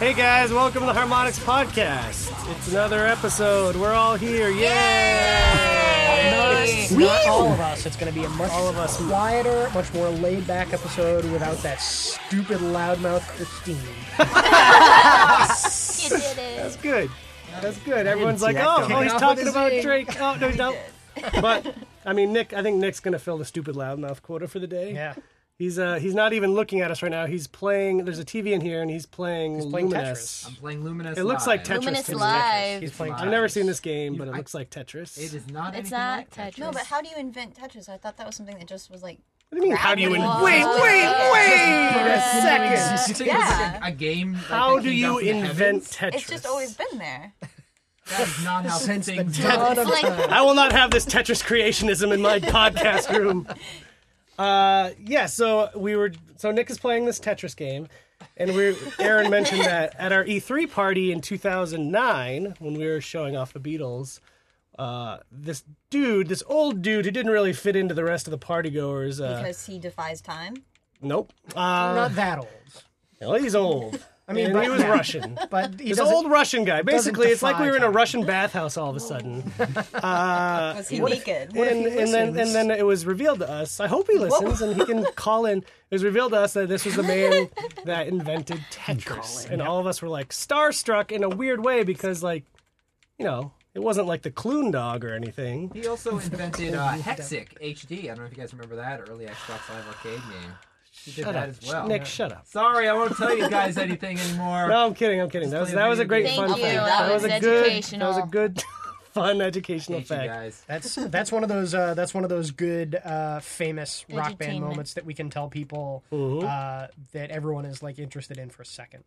Hey guys, welcome to the Harmonics Podcast. It's another episode. We're all here. Yay! Notice, not all of us. It's going to be a much all of us. quieter, much more laid back episode without that stupid loudmouth Christine. You did it. That's good. That's good. Everyone's like, that oh, coming. oh, he's Off talking with a about zing. Drake. Oh, no, he's not. But, I mean, Nick, I think Nick's going to fill the stupid loudmouth quota for the day. Yeah. He's uh, he's not even looking at us right now. He's playing, there's a TV in here, and he's playing, he's playing Luminous. I'm playing Luminous. It looks like Tetris. Luminous to me. Live. He's playing. I've never seen this game, but it looks like Tetris. It is not. It's anything not like Tetris. No, but how do you invent Tetris? I thought that was something that just was like. What do you mean, how do you invent? Whoa. Wait, Second. You think Yeah. it's like a game. Like how that do came down you from the invent heavens? Tetris? It's just always been there. That is not how Since the things dawn It's of like I will not have this Tetris creationism in my podcast room. Uh, yeah, so we were so Nick is playing this Tetris game, and we Aaron mentioned that at our E3 party in 2009 when we were showing off the Beatles, uh, this dude, this old dude who didn't really fit into the rest of the partygoers. Uh, Because he defies time. nope, uh, not that old, well, he's old. I mean, mean, but- he was Russian. but he He's doesn't. old Russian guy. Basically, it's like we defy were in a time. Russian bathhouse all of a sudden. uh, Was he naked? and, and then and then it was revealed to us. I hope he listens and he can call in. It was revealed to us that this was the man that invented Tetris, and all of us were like starstruck in a weird way because, like, you know, it wasn't like the Clune dog or anything. He also invented uh, Hexic HD. I don't know if you guys remember that early Xbox Live Arcade game. He did Shut up, that as well. Nick. Shut up. Sorry, I won't tell you guys anything anymore. No, I'm kidding. I'm kidding. That was that was a great Thank fun you. fact. That was, was a good. educational. That was a good, fun educational Hate you fact. guys. That's that's one of those uh, that's one of those good uh, famous rock band Entertainment. moments that we can tell people uh, that everyone is like interested in for a second.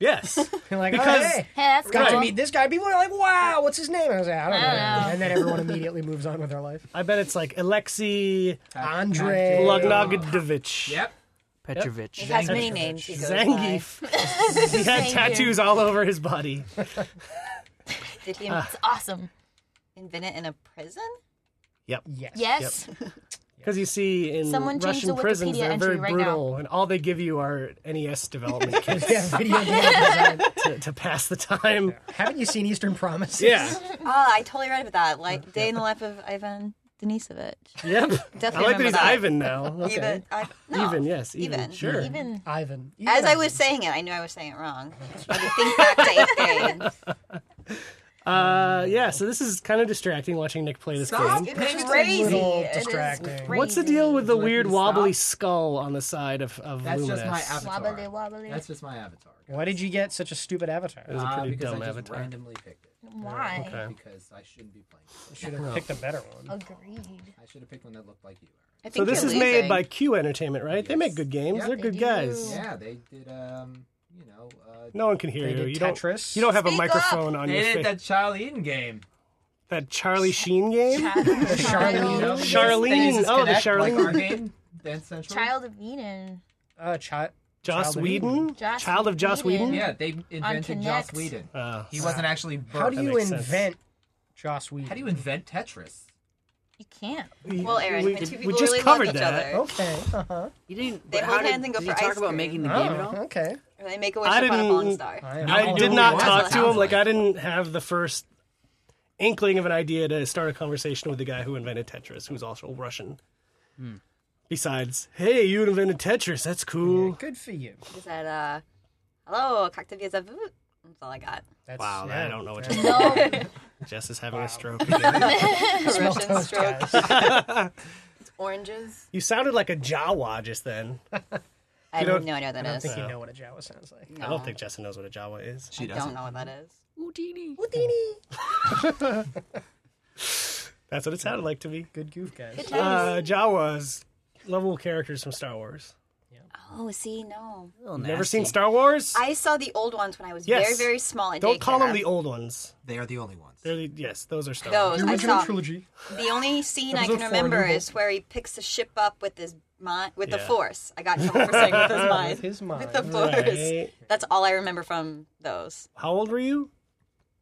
Yes. You're like, Because- oh, hey, Hey, that's got to cool. meet this guy. People are like, wow, what's his name? And I was like, I don't know. I know. And then everyone immediately moves on with their life. I bet it's like Alexei Andre Lugnagodovich. Yep. Petrovich. He has many names. He goes Zangief. he had Zangief. tattoos all over his body. by. Did he It's awesome. invent it in a prison? Yes. Yes. Because you see, in Someone change Russian the prisons, Wikipedia they're very entry right brutal, and all they give you are NES development kits Yeah, video game design. to, to pass the time. Haven't you seen Eastern Promises? Oh, I totally read about that. Like Day in the Life of Ivan Denisovich. Yep. I Definitely like that remember he's that. Ivan now. Okay. Even, I, no, Even, yes, even, sure. Even Ivan. As I was saying it, I knew I was saying it wrong. I had to think back to eighth grade. Uh, yeah, so this is kind of distracting watching Nick play this Stop. game. It's It's a crazy. little It is distracting. crazy. What's the deal with the Let me weird wobbly stop. skull on the side of, of That's Luminous? just my avatar. wobbly wobbly. That's just my avatar. Why did you get such a stupid avatar? was a Uh, pretty because dumb I just avatar. randomly picked it. Why? Because I shouldn't be playing. this. Should have picked a better one. Agreed. I should have picked one that looked like you. Aaron. I think So this you're is made losing. by Q Entertainment, right? They make good games. Yep, They're they good do. guys. Yeah, they did. Um, you know, uh, No one can hear They you. did You Tetris. don't. You don't have a Speak up. microphone on your face. That, Child Eden game. Charlie Sheen game. You know, Charlene. they Charlene. used- they used Oh, the Kinect, Charlene. Like our game, Dance Central. Child of Eden. Uh, chi- Joss Child of Whedon. Joss Child of Joss Whedon. Whedon. Yeah, they invented Joss Kinect. Whedon. Oh. He wasn't actually. Birthed. How do you makes sense. invent Joss Whedon? How do you invent Tetris? You can't. Well, Aaron, we, when two we people just really covered love each that. Oh. other, Okay. Uh huh. You didn't. They but hold how did- hands and go did for you ice talk about cream. making the game at all? Oh, okay. and they make a I wish upon a fallen didn't- star. I No, did no, not it talk wasn't. to him. Like I didn't have the first inkling of an idea to start a conversation with the guy who invented Tetris, who's also Russian. Hmm. Besides, hey, you invented Tetris. That's cool. Good for you. He said, uh, hello, как ты без обуви?» That's all I got. That's, Wow, yeah. I don't know what Yeah. to No. Jess is having a stroke. again. Russian Those stroke. guys. Oranges. you sounded like a Jawa just then. I don't- have no idea what I that don't is. think you know what a Jawa sounds like. I don't think Jessa knows what a Jawa is. I don't know what that is. That's what it sounded like to me. Good goof, guys. Uh, Jawas, lovable characters from Star Wars. Oh, see, no. Little Never seen nasty. Star Wars? I saw the old ones when I was Yes. very, very small. At Don't call daycare. them the old ones. They are the only ones. They're the, yes, those are Star Wars. Those. I saw. trilogy. The only scene I Episode can four, remember New Hope. is where he picks the ship up with his mind, with the Yeah. force. I got in trouble for saying with his mind. With his mind. With the force. Right. That's all I remember from those. How old were you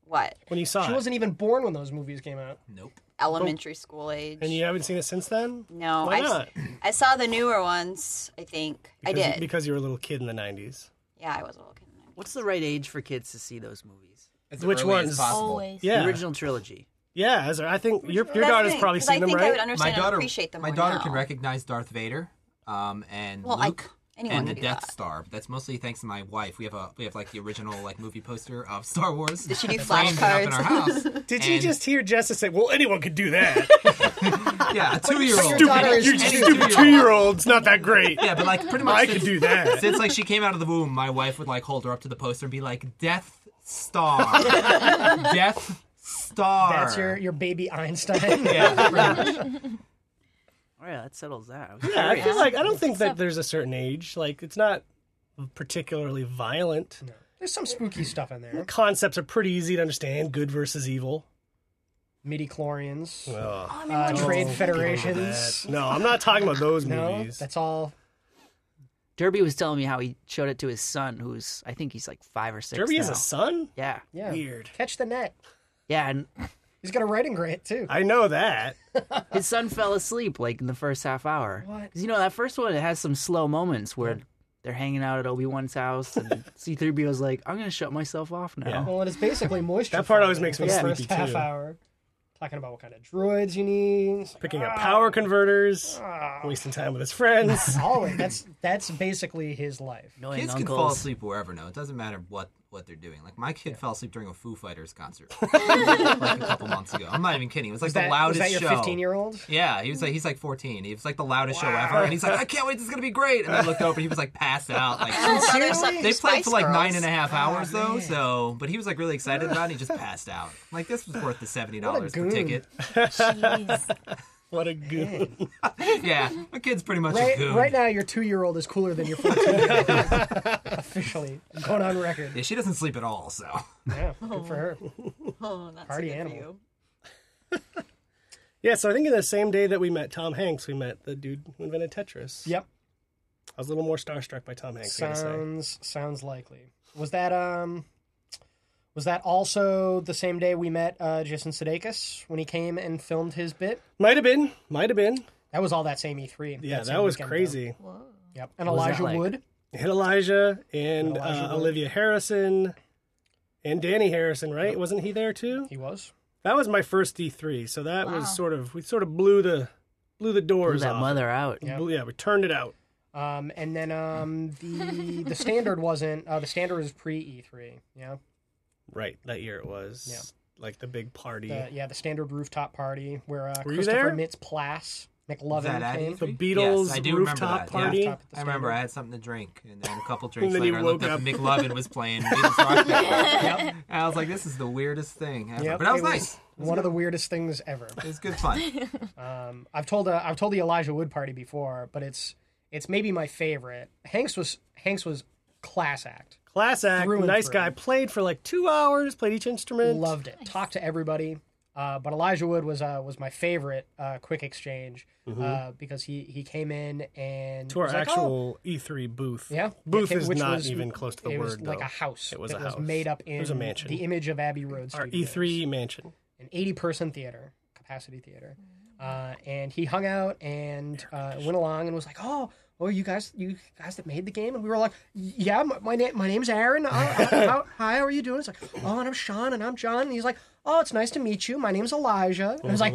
What? when you saw She it? wasn't even born when those movies came out. Nope. Elementary school age. And you haven't seen it since then? No, Why I, s- not? I saw the newer ones. I think I Because- did. Because you were a little kid in the 90s. Yeah, I was a little kid. What's the right age for kids to see those movies? As Which early as ones? possible. Always. Yeah, The original trilogy. yeah. Ezra, I think your your That's the daughter's thing, probably 'cause I seen them, think I would right? understand my daughter, and appreciate them my more daughter now. can recognize Darth Vader, um, and Well, I- Luke, anyone and the can do Death that. Star. That's mostly thanks to my wife. We have a we have like the original like movie poster of Star Wars. Did she do Up in our flashcards? house. Did you And- just hear Jessa say, "Well, anyone could do that"? Yeah, a two year old. Your daughter is you stupid two-year-old's not that great. Yeah, but like pretty much I since- could do that. Since like she came out of the womb, my wife would like hold her up to the poster and be like, "Death Star, Death Star." That's your, your baby Einstein. yeah, pretty much. All right, Oh, that settles that. I was Yeah, I curious. feel like I don't think that there's a certain age. Like it's not particularly violent. There's some spooky stuff in there. Concepts are pretty easy to understand: good versus evil. Midi chlorians, Ugh. Oh, I uh, remember trade Oh, federations. No, I'm not talking about those No, movies. that's all. Derby was telling me how he showed it to his son, who's I think he's like five or six. Derby has now. a son. Yeah, Yeah. Weird. Catch the net. yeah, and He's got a writing grant too. I know that. his son fell asleep like in the first half hour. What? 'Cause, you know that first one, it has some slow moments where they're hanging out at Obi Wan's house, and C-3PO's like, "I'm gonna shut myself off now." Yeah. Well, it is basically moisture. That part farming always makes for me the sleepy, first half too. hour. Talking about what kind of droids you need. It's like, Picking up ah, power converters, ah. wasting time with his friends. Always. That's that's basically his life. Annoying Kids can uncles. fall asleep wherever. No, it doesn't matter what what they're doing. Like my kid fell asleep during a Foo Fighters concert like a couple months ago. I'm not even kidding. It was like Is the that, loudest was that your show. 15 year old? Yeah, he was like he's like 14. He was like the loudest show ever, and he's like, I can't wait. This is gonna be great. And I looked over, he was like passed out. Like Seriously? they played for like nine and a half hours though. Ah, man. So, but he was like really excited about it. And he just passed out. Like this was worth the seventy dollars per goon. ticket. Jeez. what a goon. Yeah, my kid's pretty much a Right, goon. right now, your two year old is cooler than your 14 year old. Officially. I'm going on record. Yeah, she doesn't sleep at all. So Yeah, good for her. Oh, that's Party good for animal. you. Yeah, so I think in the same day that we met Tom Hanks, we met the dude who invented Tetris. Yep. I was a little more starstruck by Tom Hanks, I gotta say. Sounds sounds likely. Was that um was that also the same day we met uh, Jason Sudeikis when he came and filmed his bit? Might have been. Might have been. That was all that same E3. Yeah, same that was weekend, though. crazy. Whoa. Yep. And What was that Elijah like? Wood. Hit Elijah and Elijah uh, Wood. Olivia Harrison and Danny Harrison, right? Wasn't he there too? He was. That was my first D3, so that Wow. was sort of we sort of blew the blew the Blew doors that off. mother out. Blew- Yeah. we turned it out. Um, and then um, the the standard wasn't uh, the standard was pre E3. Yeah, Right, that year it was like the big party. the, yeah, the standard rooftop party where uh, Were you Christopher there? Mitz Plass McLovin that at came. The E3? Beatles Yes, I do remember rooftop that, yeah. party. Rooftop at the I remember standard. I had something to drink, and then a couple drinks then he later, I looked woke up, up. and McLovin was playing. Beatles Rock Band. And I was like, this is the weirdest thing ever. Yep, but that was, it was nice. One of the weirdest things ever. It was good fun. Um, I've told uh, I've told the Elijah Wood party before, but it's it's maybe my favorite. Hanks was Hanks was class act. Class act, Through and nice through. guy. Played for like two hours, played each instrument. Loved it. Talked to everybody. Uh, but Elijah Wood was uh, was my favorite uh, quick exchange uh, because he, he came in and Mm-hmm. to our was like, "Oh, actual E3 booth. Yeah, booth It- is which not was- even close to the it word was though. Like a house. It was that a house. Was made up in It was a mansion. the image of Abbey Road. Our E Studios, E3 mansion. an eighty-person theater capacity theater, uh, and he hung out and uh, went along and was like, "Oh, oh, you guys, you guys that made the game," and we were like, "Yeah, my, my name, my name's Aaron. Oh, uh, how, hi, how are you doing?" It's like, "Oh, and I'm Sean, and I'm John." And he's like, "Oh, it's nice to meet you. My name's Elijah." And I was like,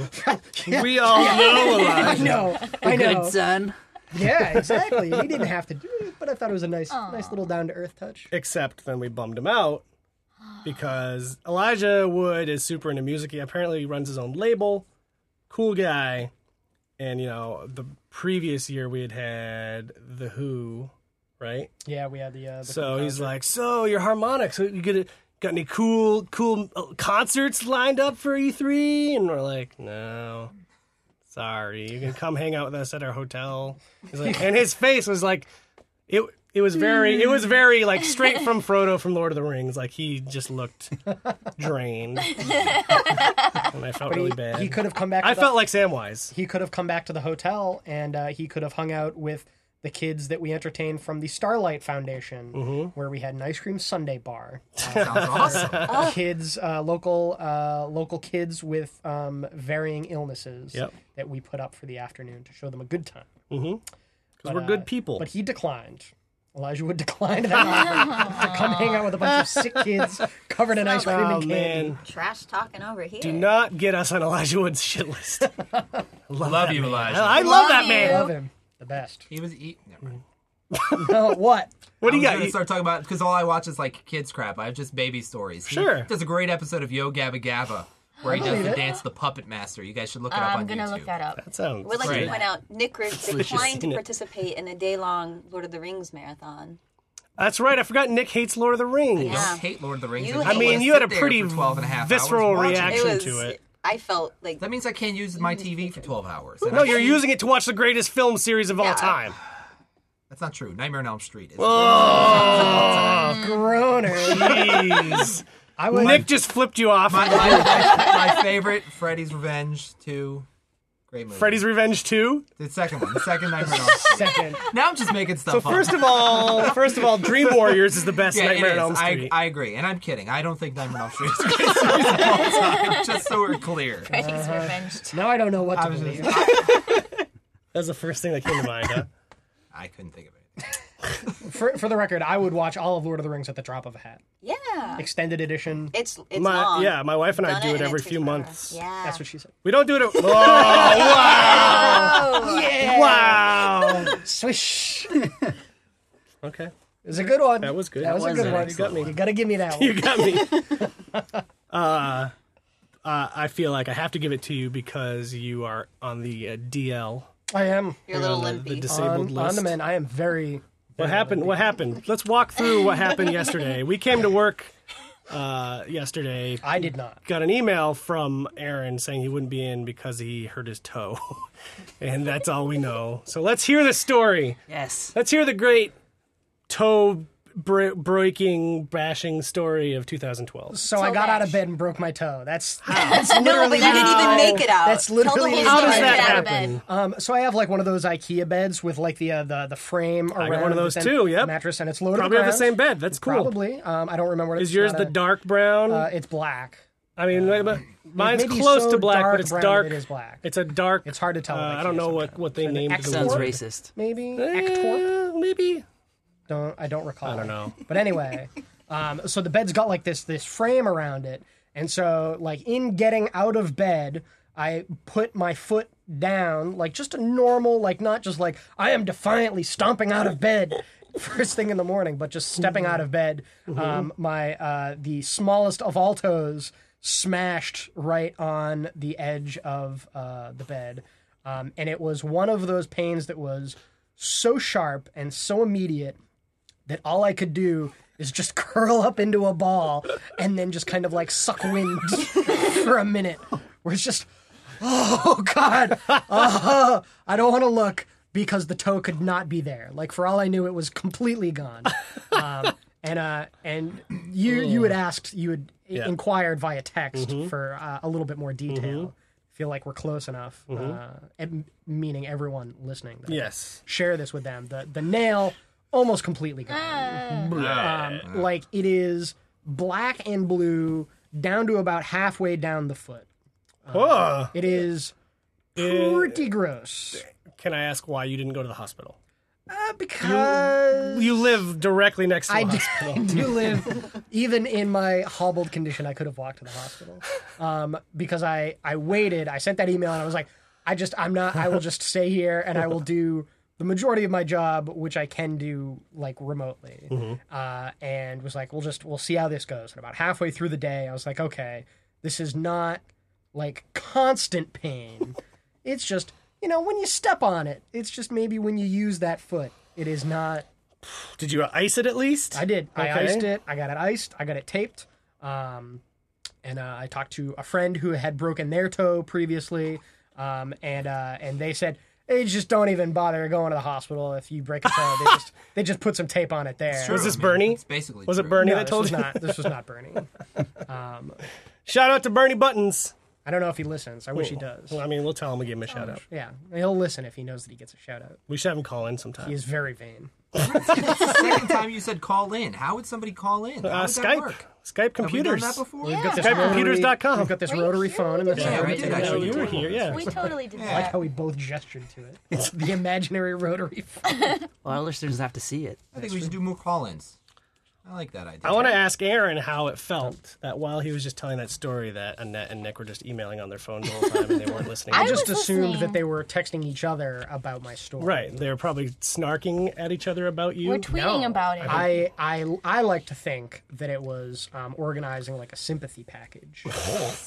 yeah, We all know I Elijah. know, I know." Good son. Yeah, exactly. He didn't have to do it, but I thought it was a nice, nice little down to earth touch. Except then we bummed him out because Elijah Wood is super into music. He apparently runs his own label. Cool guy. And, you know, the previous year we had had The Who, right? Yeah, we had the. Uh, the So he's like, "So your harmonics, you get it? Got any cool, cool uh, concerts lined up for E3?" And we're like, "No, sorry, you can come hang out with us at our hotel." He's like, and his face was like, it. It was very, it was very like straight from Frodo from Lord of the Rings. Like he just looked drained, and I felt really bad. He could have come back. I with a- felt like Samwise. he could have come back to the hotel and uh, he could have hung out with the kids that we entertained from the Starlight Foundation, Mm-hmm. where we had an ice cream Sunday bar. Uh, Sounds awesome. Oh. kids, uh, local, uh, local kids with um, varying illnesses Yep. that we put up for the afternoon to show them a good time. Because we're good people. But he declined. Elijah Wood declined that offer to come hang out with a bunch of sick kids covered in ice cream Oh and candy. man, Trash talking over here. do not get us on Elijah Wood's shit list. love Love that you, man. Elijah. I love Love that you. man. Love him. The best. He was eating. Never mind. No, what? What do you I'm got? gonna You- start talking about because all I watch is like kids crap. I have just baby stories. He Sure. does a great episode of Yo Gabba Gabba where he does the dance, the Puppet Master. You guys should look it up I'm on gonna YouTube. look that up. That sounds. Would like Right. to point out, Nick Rick Delicious. declined Seen to it. participate in a day-long Lord of the Rings marathon. That's right. I forgot Nick hates Lord of the Rings. Don't Yeah. hate Lord of the Rings. You and hate don't I mean, wanna you had sit a there pretty for 12 and a half visceral hours watching it. reaction. It was. to it. I felt like That means I can't use my TV for 12 hours. And No, I- you're using it to watch the greatest film series of all Yeah. time. That's not true. Nightmare on Elm Street. Is Mm. Groaner. Jeez. I would. Nick just flipped you off. my, my, my, my favorite, Freddy's Revenge 2. Great movie. Freddy's Revenge 2. The second one. The second Nightmare on Elm Street. Second. Now I'm just making stuff So up. first of all, first of all, Dream Warriors is the best Uh-huh. Yeah, it Nightmare on is. Elm I- Street. I, agree, and I'm kidding. I don't think Nightmare on Elm Street is a great series of all time. Just so we're clear. Freddy's Revenge. Now I don't know what I to was believe. just, I, that was the first thing that came to mind. Huh? I couldn't think of it. For, for the record, I would watch all of Lord of the Rings at the drop of a hat. yeah, Extended edition. it's it's my, long. Yeah, my wife and I Done do it, and every takes few forever. months. Yeah, That's what she said. We don't do it. At, oh, wow! Wow! Swish. Okay, It's a good one. that was good. That was, a good an one. You excellent got to give me that You one. got me. uh, uh, I feel like I have to give it to you because you are on the uh, DL, I am you're a little the, the limpy. disabled on, on list. the men. I am very. What happened? What happened? Let's walk through what happened yesterday. We came to work uh, yesterday. I did not. Got an email from Aaron saying he wouldn't be in because he hurt his toe, and that's all we know. So let's hear the story. Yes. Let's hear the great toe br- breaking, bashing story of 2012. So I got out of bed and broke my toe. That's, that's no, but literally you didn't how- even make it out. That's literally Tell the How whole does story. that Get out of happen? bed. Um, so I have like one of those IKEA beds with like the uh, the the frame around one of the those cen- too, yep. mattress, and it's loaded. Probably have the around. same bed. That's cool. Probably. Um, I don't remember. What Is it's yours not the a- dark brown? Uh, it's black. I mean, wait, but mine's maybe close so to black, dark but it's brown that dark. It is black. It's a dark. It's hard to tell Uh, at I don't IKEA know what, what they An named X the Sounds wood. racist. maybe. Ectorp? Eh, maybe. Don't I don't recall. I don't know. But anyway, um, so the bed's got like this this frame around it, and so like in getting out of bed, I put my foot down like just a normal like not just like I am defiantly stomping out of bed first thing in the morning, but just stepping out of bed. Um, my uh, the smallest of all toes smashed right on the edge of uh, the bed. Um, and it was one of those pains that was so sharp and so immediate that all I could do is just curl up into a ball and then just kind of like suck wind for a minute. Where it's just, oh God, oh, I don't want to look because the toe could not be there. Like for all I knew, it was completely gone. Um, and uh, and you you had asked, you had inquired via text for uh, a little bit more detail. Feel like we're close enough, uh, and meaning everyone listening. that- Yes. share this with them. The the nail almost completely gone. Um, like it is black and blue down to about halfway down the foot. Uh, Oh, It is pretty gross. can I ask why you didn't go to the hospital? Uh, because You live directly next to the I do, hospital. I do live, even in my hobbled condition, I could have walked to the hospital. Um, because I, I waited, I sent that email and I was like, I just, I'm not, I will just stay here and I will do the majority of my job, which I can do like remotely. Uh, and was like, we'll just, we'll see how this goes. And about halfway through the day, I was like, okay, this is not like constant pain. It's just, you know, when you step on it, it's just maybe when you use that foot. It is not Did you ice it at least? I did. I Okay. iced it. I got it iced. I got it taped. Um, and uh, I talked to a friend who had broken their toe previously, um, and uh, and they said they just don't even bother going to the hospital if you break a toe. they just they just put some tape on it there. True, Was this I mean, Bernie? It's basically Was it true. Bernie No, that this told was you? not. This was not Bernie. Shout out to Bernie Buttons. I don't know if he listens. I wish he does. Oh, Well, I mean, we'll tell him we give him a shout out. Yeah, he'll listen if he knows that he gets a shout out. We should have him call in He sometime. is very vain. Second time you said call in. How would somebody call in? How Uh, would that Skype. work? Skype Have we done computers. that before? Yeah. Got this Skype rotary- computers.com. We've got this Right rotary here. phone, and that's Yeah, how we we did do that. Oh, actually you do were it. here, yeah. We totally did I like that. how we both gestured to it. It's the imaginary rotary phone. Well, our listeners have to see it. I think we should do more call-ins. I like that idea. I want to ask Aaron how it felt that while he was just telling that story that Annette and Nick were just emailing on their phone the whole time and they weren't listening. I was just assumed listening. that they were texting each other about my story. right, they were probably snarking at each other about you. We're tweeting No. about it. I, I I like to think that it was um, organizing like a sympathy package.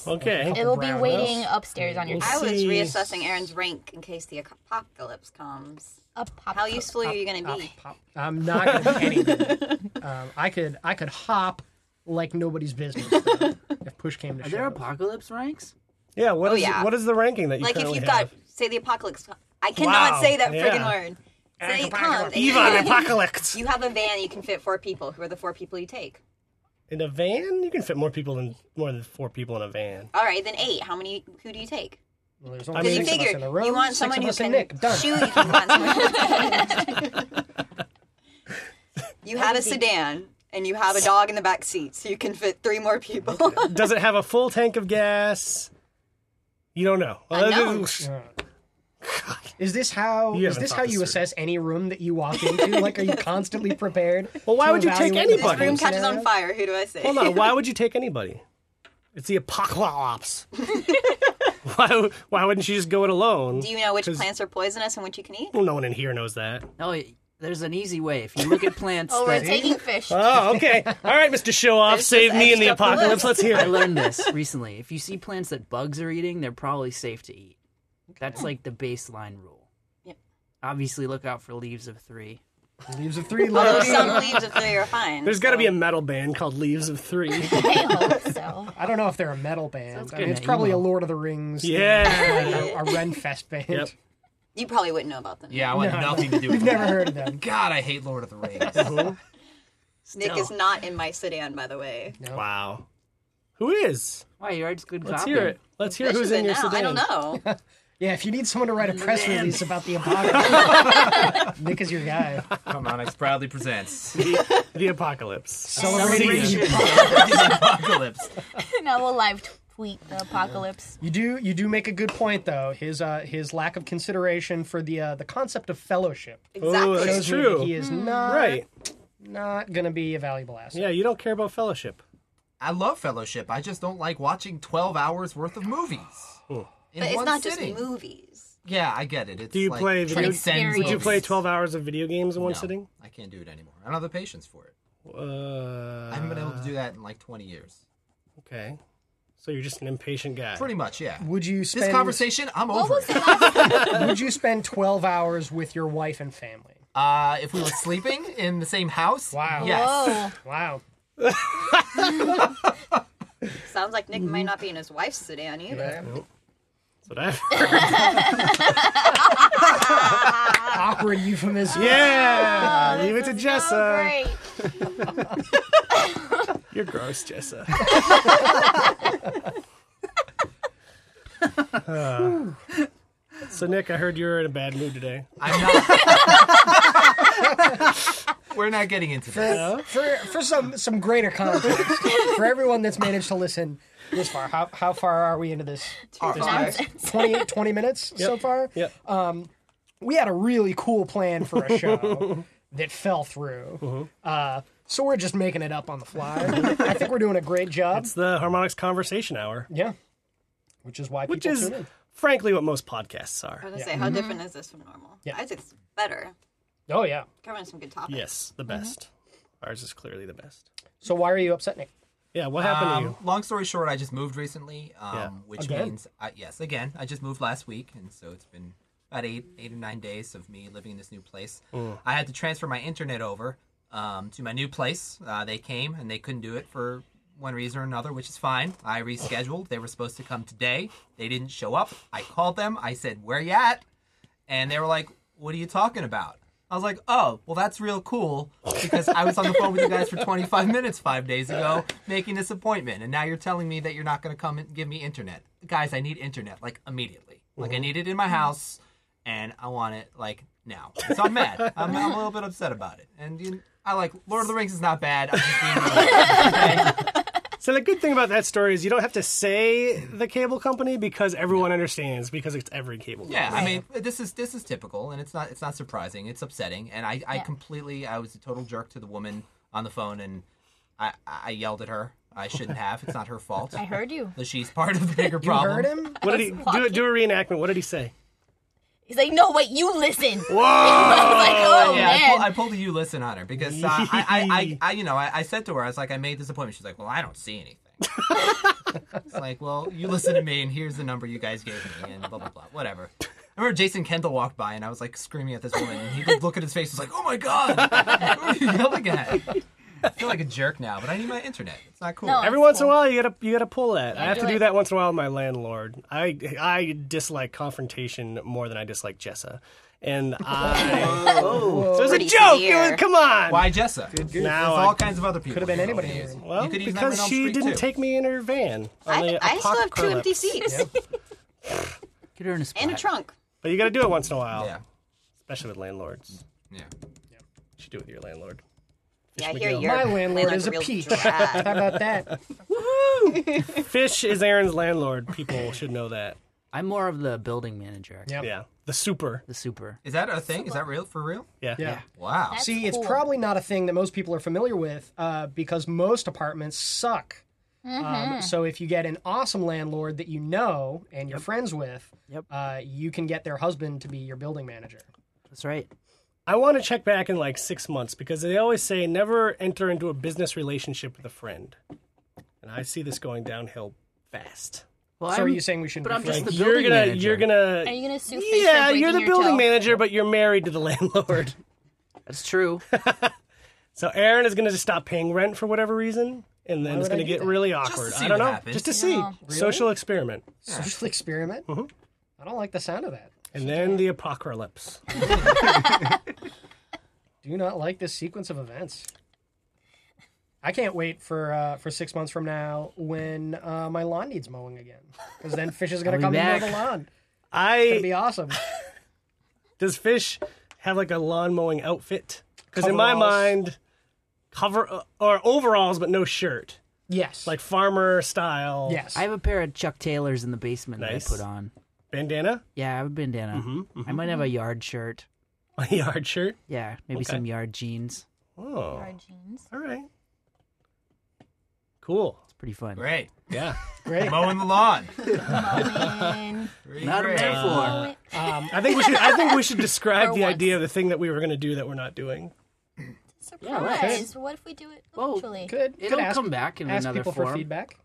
okay. It'll be Brown waiting mouse. upstairs on your We'll I was See. reassessing Aaron's rank in case the apocalypse comes. up pop. How useful are you going to Pop, be? pop. I'm not gonna be any good. Um, I could I could hop like nobody's business though, if push came to Are shove. there apocalypse ranks? Yeah, what Oh, is- yeah. what is the ranking that you Like if currently you've have? got say the apocalypse, I cannot Wow, say that friggin' yeah. word. Say it comes. and Eva you- and Apocalypse. You have a van. You can fit four people. Who are the four people you take? In a van, you can fit more people than more than four people in a van. All right, then eight. How many? Who do you take? Well, there's I only Because mean, you six of us figure in a room, you want six someone of who us and can Nick. Done. shoot. You, can want someone- You have a sedan and you have a dog in the back seat, so you can fit three more people. Does it have a full tank of gas? You don't know. I know. Is this how You is haven't this thought how this you through. assess any room that you walk into? like, are you constantly prepared? Well, why to would you take evaluate the anybody? this problem room catches on scenario? fire. Who do I say? Hold on. Why would you take anybody? It's the apocalypse. why? Why wouldn't you just go it alone? Do you know which 'Cause- plants are poisonous and which you can eat? Well, no one in here knows that. No, it- there's an easy way. If you look at plants, Oh, we're that, taking fish. Oh, okay. All right, Mr. Show Off, There's save just me in the extra apocalypse. bullets. Let's hear I it. learned this recently. If you see plants that bugs are eating, they're probably safe to eat. That's like the baseline rule. Yep. Obviously, look out for leaves of three. Leaves of three. Although left. some leaves of three are fine. There's got to be a metal band called Leaves of Three. I hope so. I don't know if they're a metal band. Sounds I mean, good. it's probably a Emo. Lord of the Rings. thing, Yeah. a, a Renfest band. Yep. You probably wouldn't know about them. Yeah, I want nothing to do with We've that. never heard of them. God, I hate Lord of the Rings. Nick is not in my sedan, by the way. wow. Who is? Why your art's good Let's copy. hear it. Let's hear This who's is in it your now. sedan. I don't know. Yeah, if you need someone to write a press release about the apocalypse, Nick is your guy. Come on, X proudly presents The, the apocalypse. Celebration. Apocalypse. now we'll live tweet the apocalypse. You do you do make a good point though. His uh, his lack of consideration for the uh, the concept of fellowship Oh, Exactly. that's shows me that true. he is not Right. not gonna be a valuable asset. Yeah, you don't care about fellowship. I love Fellowship. I just don't like watching 12 hours worth of movies. In but it's one not sitting. just movies. Yeah, I get it. It's Do you like, play it video- transcends Would Do you Yes. play movies. 12 hours of video games in one No, sitting? I can't do it anymore. I don't have the patience for it. Uh, I haven't been able to do that in like 20 years. Okay. So you're just an impatient guy. Pretty much, yeah. Would you This spend conversation, I'm What over. was it. the last? would you spend twelve hours with your wife and family? Uh, if we were sleeping in the same house, Wow. Yes. Whoa. Wow. Sounds like Nick might not be in his wife's sedan either. That's what I've heard. Awkward euphemism. yeah! Leave it Oh, This to is so Jessa. great. You're gross, Jessa. Uh, so, Nick, I heard you were in a bad mood today. I'm not. We're not getting into this. For for some some greater context for everyone that's managed to listen this far. How how far are we into this? Too far. 20, 20 minutes so far. Yep. we had a really cool plan for a show that fell through. Mm-hmm. Uh, so we're just making it up on the fly. I think we're doing a great job. it's the Harmonics Conversation Hour, yeah, which is why which people is, tune in. frankly, what most podcasts I are. was gonna say, how different is this from normal? Yeah. I think it's better. Oh yeah. Covering some good topics. Yes, the Mm-hmm. best. Ours is clearly the best. So why are you upset, Nick? Yeah, what happened to Um, you? long story short, I just moved recently, um, Yeah. which Again? means I, yes, again, I just moved last week, and so it's been about eight, eight or nine days of me living in this new place. Mm. I had to transfer my internet over um, to my new place. Uh, they came and they couldn't do it for one reason or another, which is fine. I rescheduled. They were supposed to come today. They didn't show up. I called them. I said, "Where you at?" and they were like, "What are you talking about?" I was like, oh, well, that's real cool because I was on the phone with you guys for 25 minutes five days ago making this appointment, and now you're telling me that you're not going to come and give me internet. Guys, I need internet like immediately. Like, I need it in my house, and I want it like now. So I'm mad. I'm, I'm a little bit upset about it. And you, I like Lord of the Rings is not bad. I'm just being like, okay. So the good thing about that story is you don't have to say the cable company because everyone understands because it's every cable company. Yeah, I mean, uh, this is this is typical, and it's not it's not surprising. It's upsetting, and I, I Yeah. completely I was a total jerk to the woman on the phone, and I I yelled at her. I shouldn't have. It's not her fault. I heard you. But she's part of the bigger You problem. heard him? What did he do? a- Do a reenactment. What did he say? He's like, no, wait, you listen. Whoa! I was like, oh yeah, I, pulled, man. I pulled a you listen on her because uh, I, I, I, I, you know, I, I said to her, I was like, I made this appointment. She's like, well, I don't see anything. it's like, well, you listen to me, and here's the number you guys gave me, and blah blah blah, whatever. I remember Jason Kendall walked by, and I was like screaming at this woman, and he would look at his face, was like, oh my god, what are you yelling at? I feel like a jerk now, but I need my internet. It's not cool. No. Every once in a while, you gotta you gotta pull that. I have do to do it. that once in a while with my landlord. I I dislike confrontation more than I dislike Jessa, and I. Oh, so it was a Pretty joke. It was, severe. come on. Why Jessa? There's Now all I, kinds of other people. Could have been you know, anybody in the you- room. well, you could even have because been on she Street, didn't too. take me in her van. Only I, a I still have two pocket empty Krillex. seats Get her in a and a spot. trunk. But you gotta do it once in a while, Yeah, especially with landlords. yeah. You should do it with your landlord. Yeah, I hear McGill. your My landlord landlord's is a real peach. drag. How about that? Fish is Aaron's landlord. People should know that. I'm more of the building manager. Yep. Yeah, the super. The super. Is that a thing? Is that real for real? Yeah. Yeah. Wow. That's See, it's cool. probably not a thing that most people are familiar with uh, because most apartments suck. Mm-hmm. Um, so if you get an awesome landlord that you know and you're friends with, Yep. uh, you can get their husband to be your building manager. That's right. I want to check back in like six months because they always say never enter into a business relationship with a friend. And I see this going downhill fast. Well, so I'm, are you saying we shouldn't? but I'm be friends? just the you're building gonna, manager. you're gonna, Are you gonna sue Fish for yeah, breaking you're the your building toe? manager, but you're married to the landlord. That's true. So Aaron is gonna just stop paying rent for whatever reason, and then it's would I gonna do get that? really to awkward. see I don't what know, happens. just to see No. social experiment, social experiment. Mm-hmm. I don't like the sound of that. and then the apocalypse. Do not like this sequence of events. I can't wait for uh, for six months from now when uh, my lawn needs mowing again, because then Fish is going I'll to be come and mow back. the lawn. It'd be I awesome. does fish have like a lawn mowing outfit? Because in my Coveralls. mind, cover uh, or overalls, but no shirt, Yes, like farmer style. yes. I have a pair of Chuck Taylors in the basement Nice. that I put on. bandana, Yeah, I have a bandana. I might have a yard shirt. a yard shirt. Yeah, maybe Okay. some yard jeans. Oh, Our jeans. all right, cool. It's pretty fun. Great. Yeah, Great. Mowing the lawn. Mowing. Pretty Not a great. metaphor. Mowing. Um, I think we should. I think we should describe For the once. idea of the thing that we were going to do that we're not doing. right. Surprise. what if we do it Well, virtually? Good. It'll Could ask- come back in ask another people form. for feedback.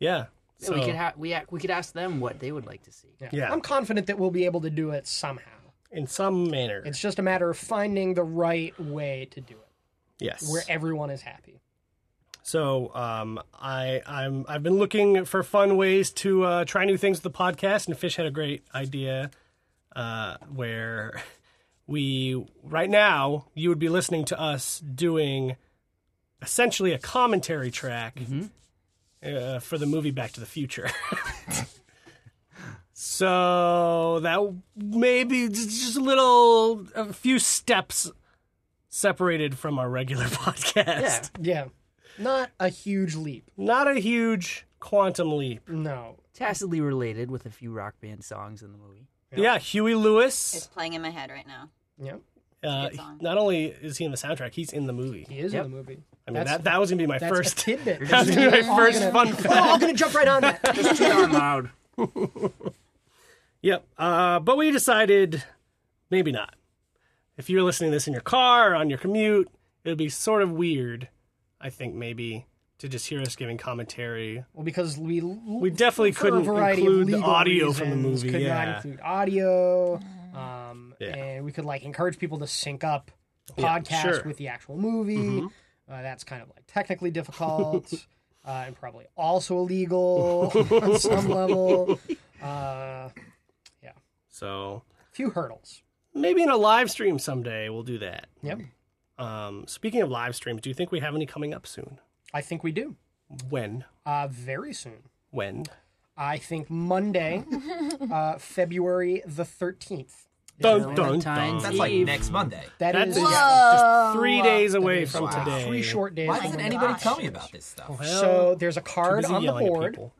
Yeah, So we could ha- we ac- we could ask them what they would like to see. Yeah. Yeah. I'm confident that we'll be able to do it somehow. in some manner. It's just a matter of finding the right way to do it yes. where everyone is happy. So um, I I'm I've been looking for fun ways to uh, try new things with the podcast, and Fish had a great idea uh, where we right now you would be listening to us doing essentially a commentary track uh, for the movie Back to the Future. so that maybe just a little a few steps separated from our regular podcast Yeah. Yeah. Not a huge leap. not a huge quantum leap. No. Tacitly related with a few rock band songs in the movie. Yeah, Huey It's Lewis. playing in my head right now. Yeah. Uh, good song. not only is he in the soundtrack, he's in the movie. He is Yep. in the movie. I mean, that's, that, that was gonna be my that's first. a tidbit. that was gonna be my first fun fact. I'm going to jump right on that. Just too darn loud. Yep. Uh, but we decided maybe not. If you're listening to this in your car or on your commute, it'd be sort of weird. I think maybe to just hear us giving commentary. Well, because we We definitely for couldn't a variety include of the legal audio reasons, from the movie. Could yeah. not include audio, um, Yeah. and we could like encourage people to sync up Yeah, podcasts sure. Mm-hmm. with the actual movie. Uh, that's kind of like technically difficult. Uh, and probably also illegal on some level. Uh, so few hurdles. maybe in a live stream someday we'll do that. Yep. Um, speaking of live streams, do you think we have any coming up soon? I think we do. When? Uh, very soon. When? I think Monday, uh, February the 13th. Dun, dun, Valentine's dun. That's like Eve. next Monday. That is is just three days away is from wow. today. three short days. Why from doesn't Monday. anybody tell me about this stuff? So there's a card Busy on the yelling at board people.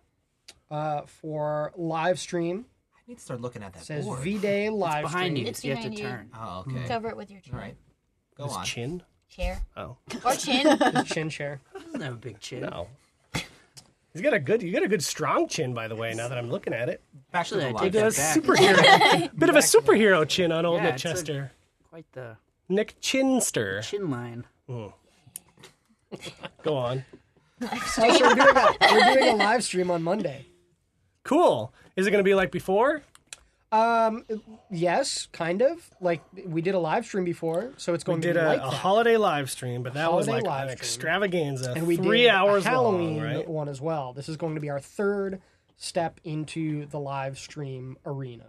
uh, for live stream. I need to start looking at that It says board. V Day live behind stream. you. It's so you have to behind you. turn. Oh, Hmm. okay. Cover it with your chin. All right. Go His on. chin. Chair. Oh Or chin. It's Chin share. Doesn't have a big chin. no. He's got a good. You got a good strong chin, by the way. Now that I'm looking at it, Back to Actually, the I live. did a that back. superhero, bit of a superhero chin on old Yeah, Nick it's a- Chester. Quite the Nick Chinster. Hmm. chin line. Go on. Oh, so we're doing, a, we're doing a live stream on Monday. Cool. Is it going to be like before? Um, yes, kind of. Like we did a live stream before, so it's going We did to be a, like a that. holiday live stream, but that was Holiday like live an stream. extravaganza, and we three did hours a Halloween long, right? one as well. This is going to be our third step into the live stream arena,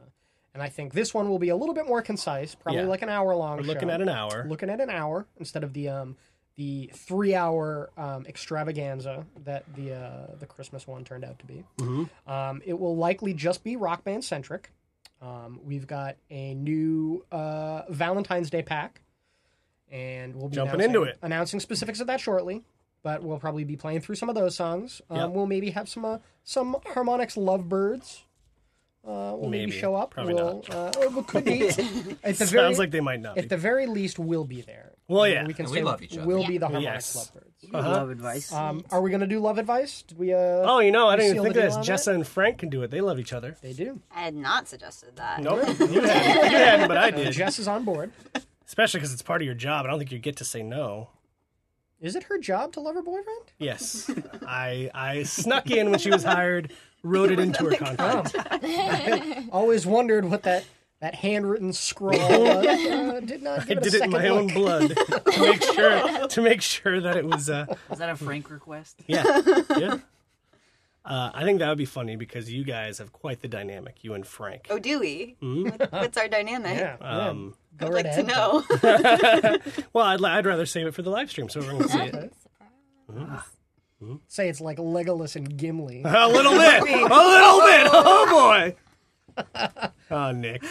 and I think this one will be a little bit more concise, probably Yeah. like an hour long. We're looking at an hour. looking at an hour instead of the um the three hour um, extravaganza that the uh, the Christmas one turned out to be. Mm-hmm. Um, it will likely just be rock band centric. Um, we've got a new uh, Valentine's Day pack, and we'll be Jumping announcing- into it. announcing specifics of that shortly. But we'll probably be playing through some of those songs. Um, Yep. We'll maybe have some uh, some harmonics lovebirds. Uh, will maybe. Maybe. show up. Probably we'll, Uh, or could be. At the very- Sounds like they might not. at Be. the very least, we'll be there. Well, yeah. we can And we say love each other. We'll be Yeah. the harmonic Yes. lovebirds. Love advice. Um, are we gonna do love advice? Did we? Uh, Oh, you know, I didn't seal even think the of deal this. on Jessa and Frank can do it. They love each other. they do. I had not suggested that. Nope. you hadn't, you hadn't, but I did. Jess is on board. Especially because it's part of your job. I don't think you get to say no. Is it her job to love her boyfriend? Yes. I I snuck in when she was hired, wrote it into her contract. Oh. Always wondered what that that handwritten scroll was. Uh, did not I give it a did it second in my look. own blood to make sure to make sure that it was uh, Is that a Frank request? Yeah. Yeah. Uh, I think that would be funny because you guys have quite the dynamic, you and Frank. Oh, do we? What- What's our dynamic? Yeah. yeah. Um, Go I'd right like to ahead. know. Well, I'd, I'd rather save it for the live stream so everyone can see it. Say it's like Legolas and Gimli. A little bit. A little bit. Oh, boy. Oh, Nick.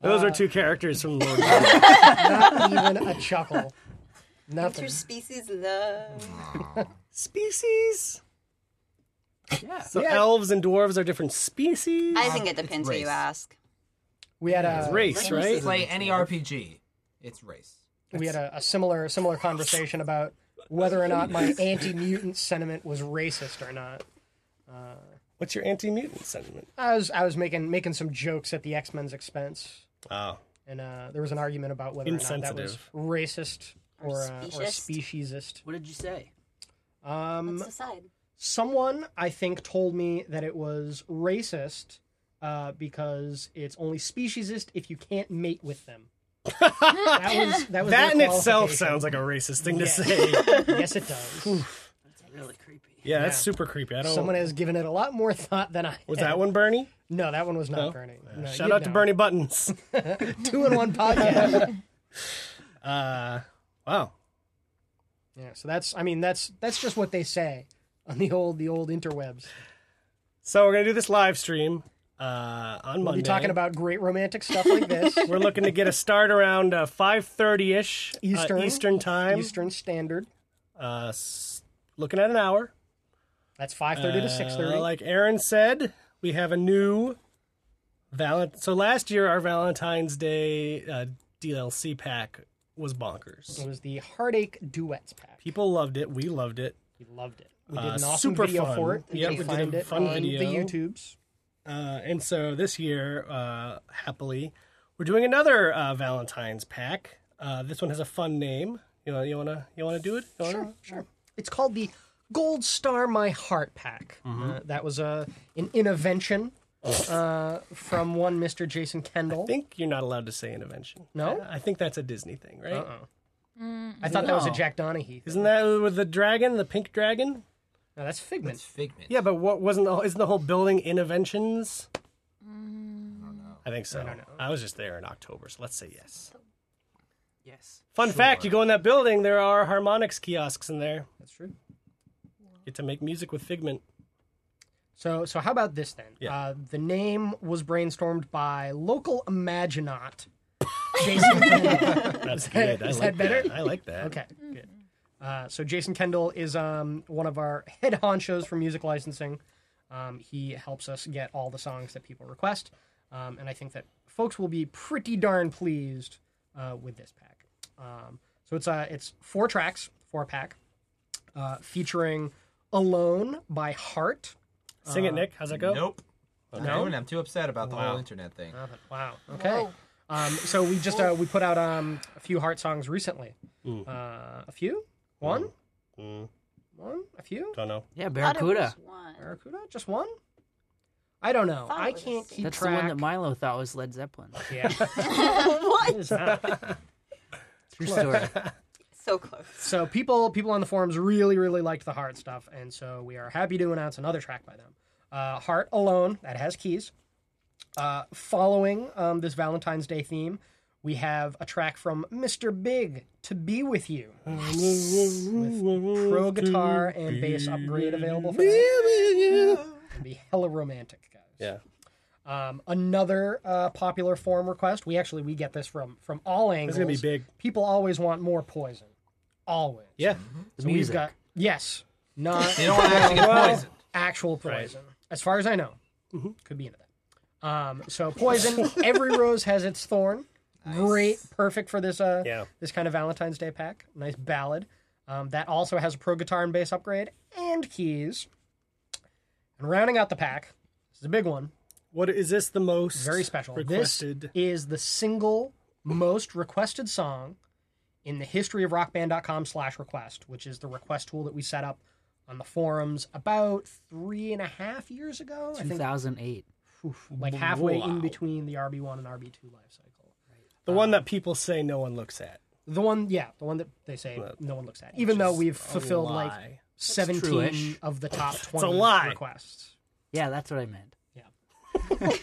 Those are two characters from Lord of the Rings. not even a chuckle. Nothing. Interspecies love. Species. Yeah. So Yeah. elves and dwarves are different species. I think it depends who you race. ask. We had a Race, right? Play any RPG. It's race. we had a, a similar similar conversation about whether or not my anti mutant sentiment was racist or not. What's your anti-mutant sentiment? I was I was making making some jokes at the X Men's expense, Oh. and uh, there was an argument about whether or not that was Insensitive. racist or uh, or speciesist. speciesist. What did you say? Um, Let's decide. someone I think told me that it was racist uh, because it's only speciesist if you can't mate with them. that was that was That in their itself qualification. sounds like a racist thing Yes. to say. yes, it does. That's really creepy. Yeah, that's Yeah. super creepy. I don't. Someone has given it a lot more thought than I. was had. that one Bernie? No, that one was not No? Bernie. No, Shout you- out to no. Bernie Buttons. Two in one podcast. Uh, wow. yeah, so that's. I mean, that's that's just what they say on the old the old interwebs. So we're gonna do this live stream uh, on We'll Monday. be talking about great romantic stuff like this. We're looking to get a start around uh, five thirty ish Eastern. Eastern time. Eastern Standard. Uh, s- looking at an hour. That's five thirty to Uh, six thirty. Like Aaron said, we have a new Valent. So last year our Valentine's Day uh, DLC pack was bonkers. it was the Heartache Duets pack. People loved it. We loved it. We loved it. We did an Uh, awesome super video fun. for it. You Yeah, can we did a find it fun on video. the YouTubes. Uh, and so this year, uh, happily, we're doing another uh, Valentine's pack. Uh, this one has a fun name. You know, you wanna you wanna do it? You wanna- Sure, sure. It's called the Gold Star My Heart Pack. Uh, Mm-hmm. that was uh, an invention uh, from one Mr. Jason Kendall. I think you're not allowed to say intervention. No? I think that's a Disney thing, right? Uh-uh. I thought that was a No. Jack Donahue. Isn't that with the dragon, the pink dragon? No, that's Figment. It's Figment. Yeah, but what wasn't the, isn't the whole building interventions? I don't know. I think so. I, don't know. was just there in October, so let's say yes. Yes. Fun fact: you go in that building, there are harmonics kiosks in there. That's true. get to make music with Figment. So, so how about this then? Yeah. Uh, the name was brainstormed by local Imaginaut, Jason. Kendall. That's that- good. I is that like better? I like that. okay, good. Uh, so Jason Kendall is um, one of our head honchos for music licensing. Um, he helps us get all the songs that people request, um, and I think that folks will be pretty darn pleased uh, with this pack. Um, so it's uh, it's four tracks, four pack, uh, featuring "Alone" by Heart. Sing it, Nick. How's that go? Nope. No, and I'm too upset about the whole internet thing. Uh, Wow. Okay. Um, so we just uh, we put out um, a few heart songs recently. Uh, a few? One? Mm. One? A few? Don't know. Yeah, I thought it was Barracuda. one. Barracuda? Just one? I don't know. Thought it I was can't the keep That's track. the one that Milo thought was Led Zeppelin. yeah. what? It's not. True story. So close. so people people on the forums really really liked the heart stuff, and so we are happy to announce another track by them. Uh, heart alone that has keys. Uh, following um, this Valentine's Day theme, we have a track from Mr. Big to be with you. with pro guitar and bass upgrade available for that. It'd be hella romantic, guys. Yeah. Um, another uh, popular form request. We actually we get this from from all angles. gonna be big. People always want more poison. Always. Yeah. The So music. we've got yes, not They don't want to actually get well, poisoned. actual poison. As far as I know, could be into that. Um, so poison. every rose has its thorn. Great, perfect for this uh Yeah. this kind of Valentine's Day pack. Nice ballad. Um, that also has a pro guitar and bass upgrade and keys. And rounding out the pack, this is a big one, What is this the most very special. requested? This is the single most requested song in the history of rockband.com slash request, which is the request tool that we set up on the forums about three and a half years ago. I think 2008. oof, like halfway Wow. in between the RB1 and RB2 life cycle. uh, the one that people say no one looks at. The one, yeah, the one that they say no one looks at, even though is we've a fulfilled like lie. 17 true-ish. of the top 20 lie. requests. Yeah, that's what I meant.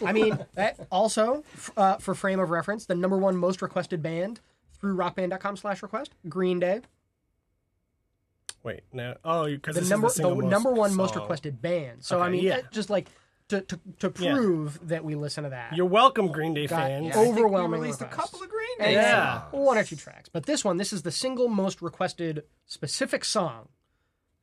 I mean, that also f- uh, for frame of reference, the number one most requested band through rockband.com/request, Green Day. Wait, no. Oh, because The number is the, single most number one most song. requested band. So I Okay, mean, yeah. that- just like to to, to Yeah. prove that we listen to that. You're welcome, Green Day Got- fans. yeah. Overwhelming I think we released a requests. couple of Green And Day Yeah. songs. one or two tracks, but this one, this is the single most requested specific song,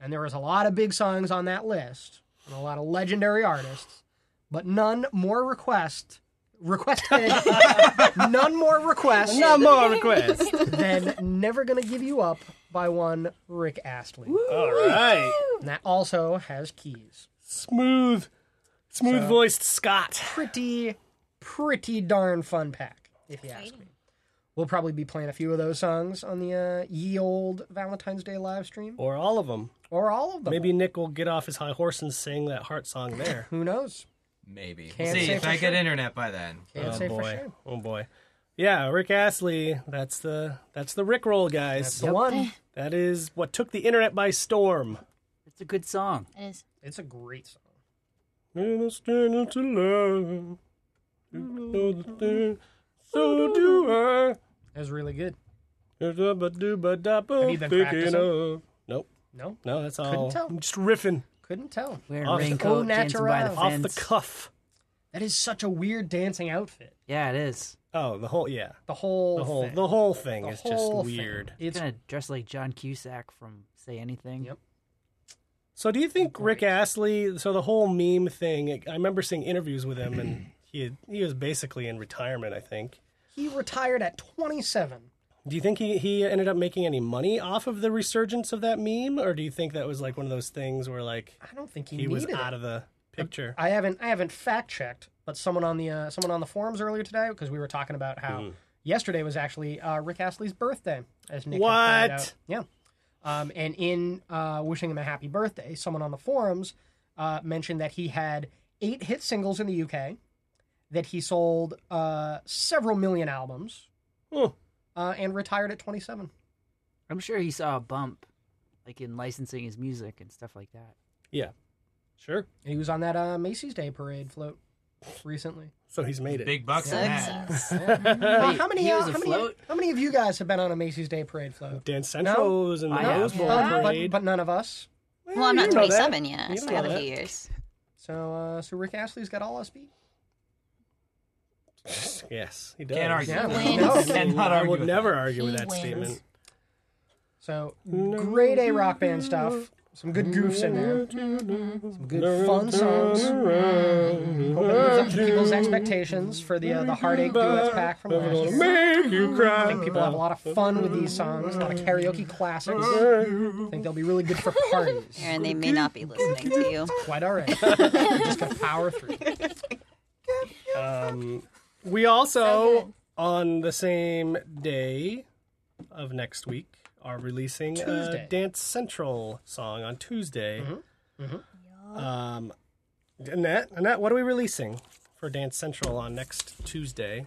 and there was a lot of big songs on that list and a lot of legendary artists, but none more request requested, none more requests. Not more requests. then Never Gonna Give You Up by one Rick Astley. All right. And that also has keys. Smooth, smooth voiced Scott. Pretty, pretty darn fun pack, if you ask me. We'll probably be playing a few of those songs on the uh, ye old Valentine's Day live stream, Or all of them. or all of them. Maybe Nick will get off his high horse and sing that heart song there. Who knows? Maybe. Can't See say if for I get sure. internet by then. Can't oh say boy. for sure. Oh boy. Yeah, Rick Astley. That's the that's the Rick roll, guys. The one. That is what took the internet by storm. It's a good song. It is. It's a great song. And I stand up to love. You know the thing. So do I. It was really good. There's a ba-do-ba-da-ba you been thinking practicing? of. Nope. No, No, that's all. Couldn't tell. I'm just riffing couldn't tell. Wearing Off the- raincoat, Au dancing by the naturel. off fence. the cuff. That is such a weird dancing outfit. Yeah, it is. Oh, the whole yeah. The whole, The whole thing. the whole thing The is whole just thing. weird. It's Kind of dressed like John Cusack from Say Anything. Yep. So do you think Rick Astley? So the whole meme thing. I remember seeing interviews with him, and he had, he was basically in retirement. I think. he retired at 27. Do you think he, he ended up making any money off of the resurgence of that meme, or do you think that was like one of those things where like I don't think he, he needed was out it. of the picture? I haven't I haven't fact checked, but someone on the uh, someone on the forums earlier today because we were talking about how Hmm. yesterday was actually uh, Rick Astley's birthday, as Nick had found What? out. Yeah, um, and in uh, wishing him a happy birthday, someone on the forums uh, mentioned that he had eight hit singles in the UK, that he sold uh, several million albums, Hmm. uh, and retired at 27. I'm sure he saw a bump, like in licensing his music and stuff like that. Yeah, sure. And he was on that uh, Macy's Day parade float. recently. So he's made it. Big bucks on that. Success. Uh, how many? he uh, was how, many afloat? how many of you guys have been on a Macy's Day Parade float? Dan Centro's and the I have. Rose Bowl But- but- parade. but none of us. Well, I'm you not know that. 27 yet. You I still know have a that. few years. So, uh, so Rick Astley's got all us beat. Yes, he does. Can't argue. Yeah. with that. No. Cannot I argue. would with never that. argue with He that wins. statement. So grade A rock band stuff. Some good goofs in there. Some good fun songs. Hope it lives up to people's expectations for the uh, the heartache duets pack from last year. Make you cry. I think people have a lot of fun with these songs. A lot of karaoke classics. I think they'll be really good for parties. Aaron, they may not be listening to you. Quite all right. We're just gonna power through. Um, We also on the same day of next week are releasing Tuesday. a Dance Central song on Tuesday. Mm-hmm. Um, Annette, Annette, what are we releasing for Dance Central on next Tuesday?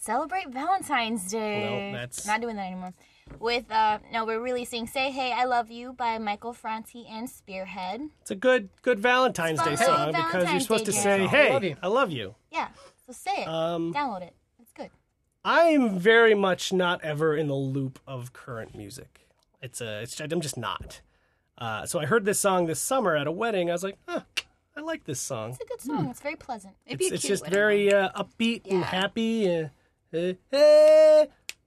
Celebrate Valentine's Day. No, that's- not doing that anymore. With uh, no, we're releasing "Say Hey I Love You" by Michael Franti and Spearhead. It's a good good Valentine's Day It's fun. song Hey, because you're Valentine's supposed Day, to Jen. say, I love "Hey, you." I love you." Yeah, so say it. Um, Download it. It's good. I'm very much not ever in the loop of current music. It's a, it's, I'm just not. Uh, so I heard this song this summer at a wedding. I was like, huh, I like this song. It's a good song. hmm. It's very pleasant. It'd be It's, a it's cute just wedding very uh, upbeat and happy. Uh, hey, hey,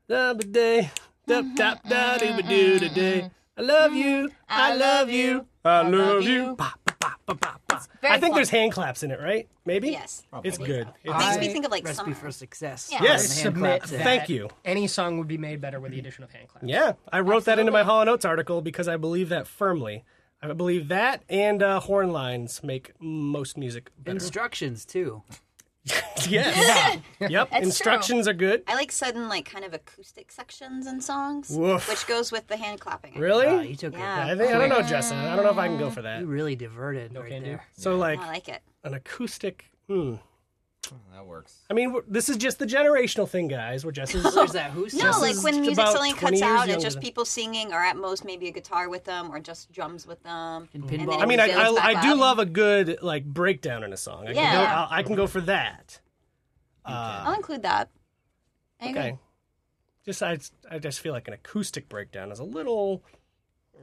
da ba day, da da da do ba do today. I love you. I love you. I love you. Ba, ba, ba, ba, ba, ba. very I think fun. there's hand claps in it, right? Maybe. one. Yes. It's good. It's- Makes me I- think of like Recipe summer. for success. Yeah. Yes, And hand Submit claps that it. Thank you. Any song would be made better with the addition of hand claps. Yeah, I wrote that into my Hall and Oates article because I believe that firmly. I believe that and uh, horn lines make most music better. Instructions too. yes. Yep. That's Instructions are good. I like sudden, like kind of acoustic sections in songs, Woof. which goes with the hand clapping. Really? Wow, Ah, you took Yeah. I think I don't know, Jessa. I don't know if I can go for it. that. You really diverted right can do. there. So like I like it. an acoustic. Hmm. That works. I mean, we're- this is just the generational thing, guys. We're just as There's that who's No, like when music about suddenly 20 cuts years out, younger it's just than- people singing, or at most maybe a guitar with them, or just drums with them. And then pinball. it I mean, I, builds I, I back do up. love a good like breakdown in a song. I can go, Yeah. I'll- I can go for that. Uh, I'll include that. I agree. Okay. Just I, I just feel like an acoustic breakdown is a little.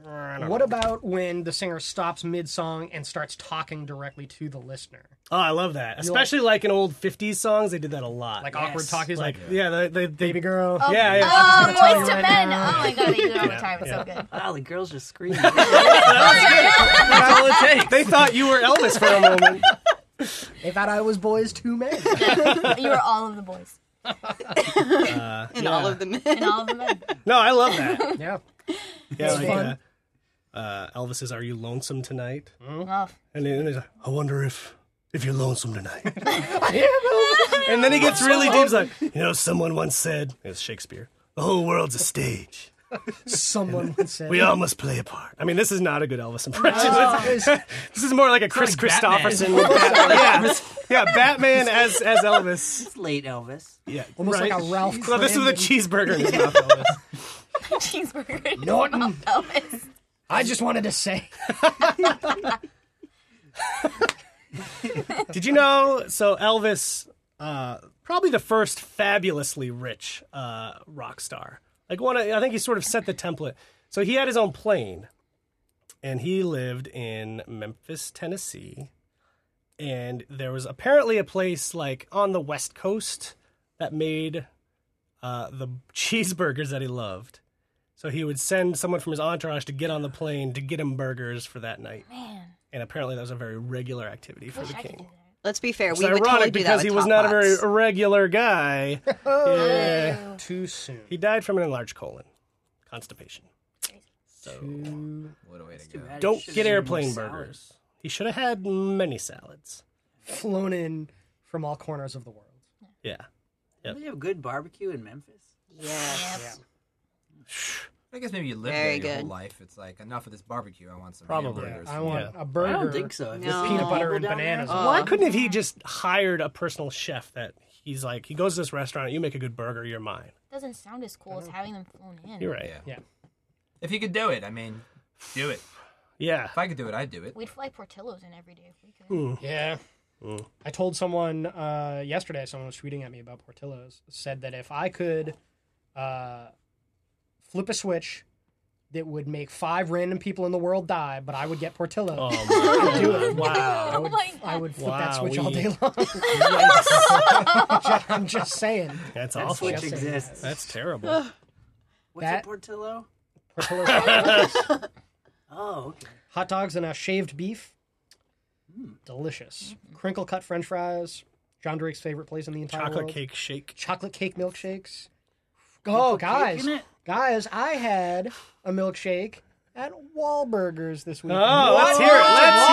I don't What know. about when the singer stops mid song and starts talking directly to the listener? Oh, I love that. Especially like in old '50s songs, they did that a lot. Like Like, awkward talk. He's like, yeah, they, they, they baby girl. yeah, yeah. Oh, tell boys you to right men. now. Oh my god, they do it all the time. It's so good. Wow, the girls just screaming. That's all it takes. They thought you were Elvis for a moment. They thought I was boys two men. You are all of the boys And all of the and all of the men. No, I love that. yeah. Yeah, like fun. Uh, uh, Elvis's "Are You Lonesome Tonight?" Love. and then he's like, "I wonder if if you're lonesome tonight." and then he gets really deep. He's like, "You know, someone once said, it's Shakespeare, the whole world's a stage. Someone once said. We all must play a part." I mean, this is not a good Elvis impression. It's- This is more like a Chris like Batman. Christopherson. yeah. yeah, Batman as as Elvis. It's late Elvis. Yeah, Almost like a Ralph So this is the Kramden. cheeseburger in his mouth, Elvis. Cheeseburger. Norton, Elvis. I just wanted to say. Did you know? So Elvis, uh, probably the first fabulously rich uh, rock star. Like one, of- I think he sort of set the template. So he had his own plane, and he lived in Memphis, Tennessee. And there was apparently a place like on the West Coast that made uh, the cheeseburgers that he loved. So he would send someone from his entourage to get on the plane to get him burgers for that night. Man, And apparently that was a very regular activity for wish the I king. could do Let's be fair. It's we would ironic totally do that because with he was Top not a very er- Box. regular guy. Yeah. Too soon. He died from an enlarged colon, constipation. What a way to go. Don't get airplane burgers. He should have had many salads. Flown in from all corners of the world. Yeah. Don't they have good barbecue in Memphis? Yes. I guess maybe you live Very there your good. whole life. It's like enough of this barbecue. I want some Probably. hamburgers. I want Yeah. a burger. I don't think so. If No. there's Peanut butter people and down there, bananas. uh, Why couldn't have he just hired a personal chef that he's like, he goes to this restaurant, you make a good burger, you're mine. Doesn't sound as cool as having them flown in. You're right. Yeah. Yeah. If you could do it, I mean, do it. Yeah. If I could do it, I'd do it. We'd fly Portillo's in every day if we could. Yeah. I told someone uh, yesterday. Someone was tweeting at me about Portillo's. Said that if I could uh, flip a switch that would make five random people in the world die, but I would get Portillo. Oh. I'd do it. Wow. I would, my I would flip that switch all Wowee. day long. I'm just saying. That's awful. Which exists. That's terrible. What's That- a Portillo? Portillo's Oh, okay. hot dogs and a shaved beef. Delicious. Crinkle cut French fries. John Drake's favorite place in the entire Chocolate world. cake shake. Chocolate cake milkshakes. Oh, guys, in it? guys! I had a milkshake at Wahlburgers this week. Oh, let's hear it. I Let's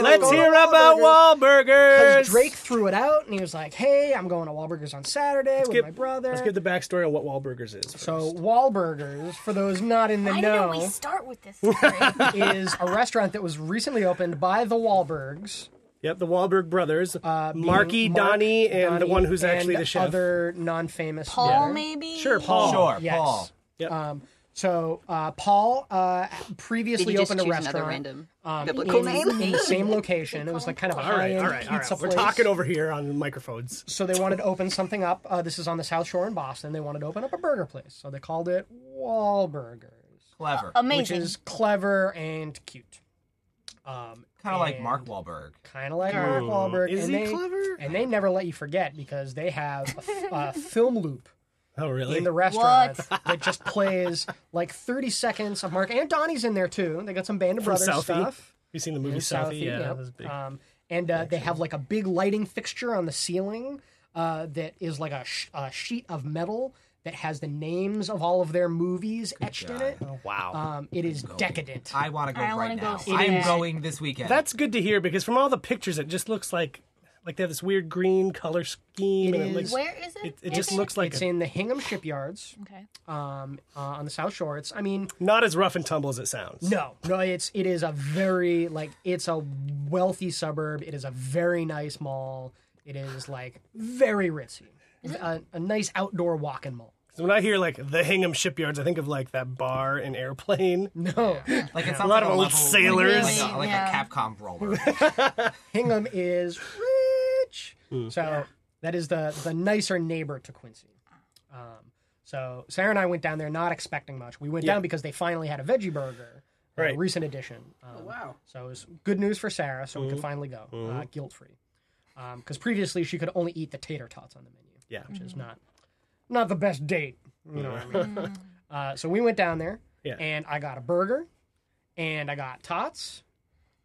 ended hear up Let's going to hear about Because Wahlburgers. Drake threw it out and he was like, "Hey, I'm going to Wahlburgers on Saturday with give- my brother." Let's give the backstory on what Wahlburgers is. first. so Wahlburgers, for those not in the I know, know we start with this story. is a restaurant that was recently opened by the Wahlbergs. Yep, the Wahlberg brothers, Marky, Uh, Mark, Donnie, and the Donnie, one who's actually and the chef. Other non-famous. Paul, dinner. maybe? Sure, Paul. Sure, Yes. Um, Paul. Yep. So uh, Paul uh, Did previously you just opened choose a another restaurant random um, in, biblical name? in the same location. It was like kind of a all right, high-end all right, all right. pizza We're place. talking over here on microphones. so they wanted to open something up. Uh, this is on the South Shore in Boston. They wanted to open up a burger place, so they called it Wahlburgers, Clever. which Amazing. is clever and cute. Um, kind of like and- Mark Wahlberg. kind of like Mark Wahlberg. Is and he they, clever? And they never let you forget because they have a, f- a film loop Oh, really? in the restaurant that just plays like 30 seconds of Mark and Donnie's in there too. They got some Band of From Brothers Southie? stuff. you seen the movie And Southie? Southie, Yeah, yep. that was big. Um, and uh, they have like a big lighting fixture on the ceiling uh, that is like a, sh- a sheet of metal that has the names of all of their movies etched in it. wow. Um, it is decadent. I want to go I wanna right go now. see I am that. going this weekend. That's good to hear because from all the pictures, it just looks like like they have this weird green color scheme, It and it is. looks Where is it? it, it just looks like it's a- in the Hingham Shipyards Okay. um, uh, on the South Shore. It's, I mean, not as rough and tumble as it sounds. No, no, it's it is a very like it's a wealthy suburb. It is a very nice mall. It is like very ritzy, a, a nice outdoor walking mall. 'Cause when I hear like the Hingham Shipyards, I think of like that bar and airplane. No, like it's A lot not like of old level- sailors. like, like, a, like Yeah. a Capcom brawler. Hingham is rich, Mm. so that is the the nicer neighbor to Quincy. Um, so Sarah and I went down there not expecting much. We went Yeah. down because they finally had a veggie burger, a Right. recent addition. Um, Oh, Wow. So it was good news for Sarah, so Mm-hmm. we could finally go uh, guilt free, because previously she could only eat the tater tots on the menu, Yeah. which is not not the best date. You know what I mean? uh, so we went down there, Yeah. and I got a burger, and I got tots,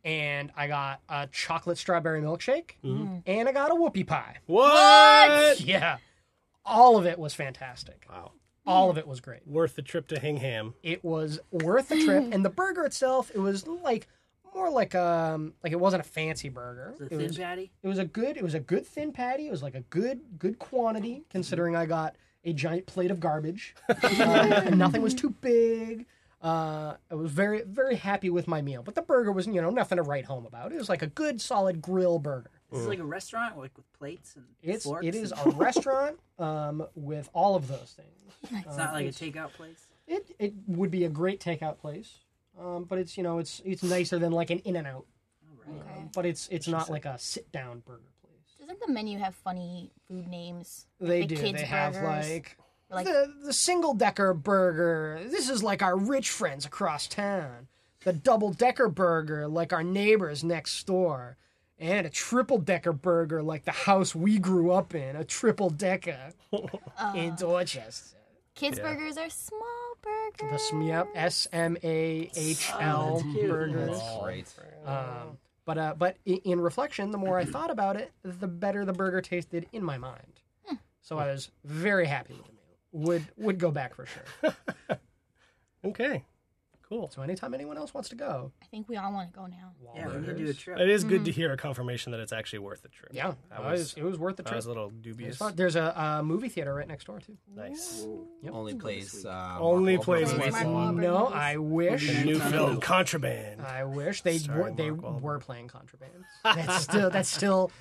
and I got a chocolate strawberry milkshake, Mm-hmm. and I got a whoopie pie. What? Yeah, all of it was fantastic. Wow. All of it was great Worth the trip to Hingham. it was worth the trip and the burger itself it was like more like um like it wasn't a fancy burger The it thin was, patty? it was a good it was a good thin patty it was like a good good quantity Mm-hmm. considering i got a giant plate of garbage Um, and nothing was too big uh, I was very, very happy with my meal, but the burger was, you know, nothing to write home about. It was like a good, solid grill burger. This Mm. is like a restaurant, like with plates and It's, forks. it is and- a restaurant um, with all of those things. Um, It's not like a takeout place. It it would be a great takeout place, um, but it's you know it's it's nicer than like an In and Out, um, Okay. but it's it's not like a sit down burger place. Doesn't the menu have funny food names? They The do. kids' They have burgers. like, Like- the the single decker burger. This is like our rich friends across town. The double decker burger, like our neighbors next door, and a triple decker burger, like the house we grew up in. A triple decker in Oh. Dorchester. Kids burgers are small burgers. The sm- yep, S M A H L burgers. Great. Um, but uh, but i- in reflection, the more I thought about it, the better the burger tasted in my mind. Hmm. So I was very happy with the meal. Would would go back for sure. Okay. Cool. So anytime anyone else wants to go, I think we all want to go now. Yeah, we're gonna do a trip. It is good Mm. to hear a confirmation that it's actually worth the trip. yeah, I it was- was- it was worth the I trip. was a little It was dubious. fun. There's a, uh movie theater right next door too. Nice. Only plays. Uh, Mark Only Wahlberg plays movies. Mark Mark Wahlberg Wahlberg. No, movies. I wish. The new film Contraband. I wish they were, Starring they Mark Wahlberg. were playing contrabands. That's still that's still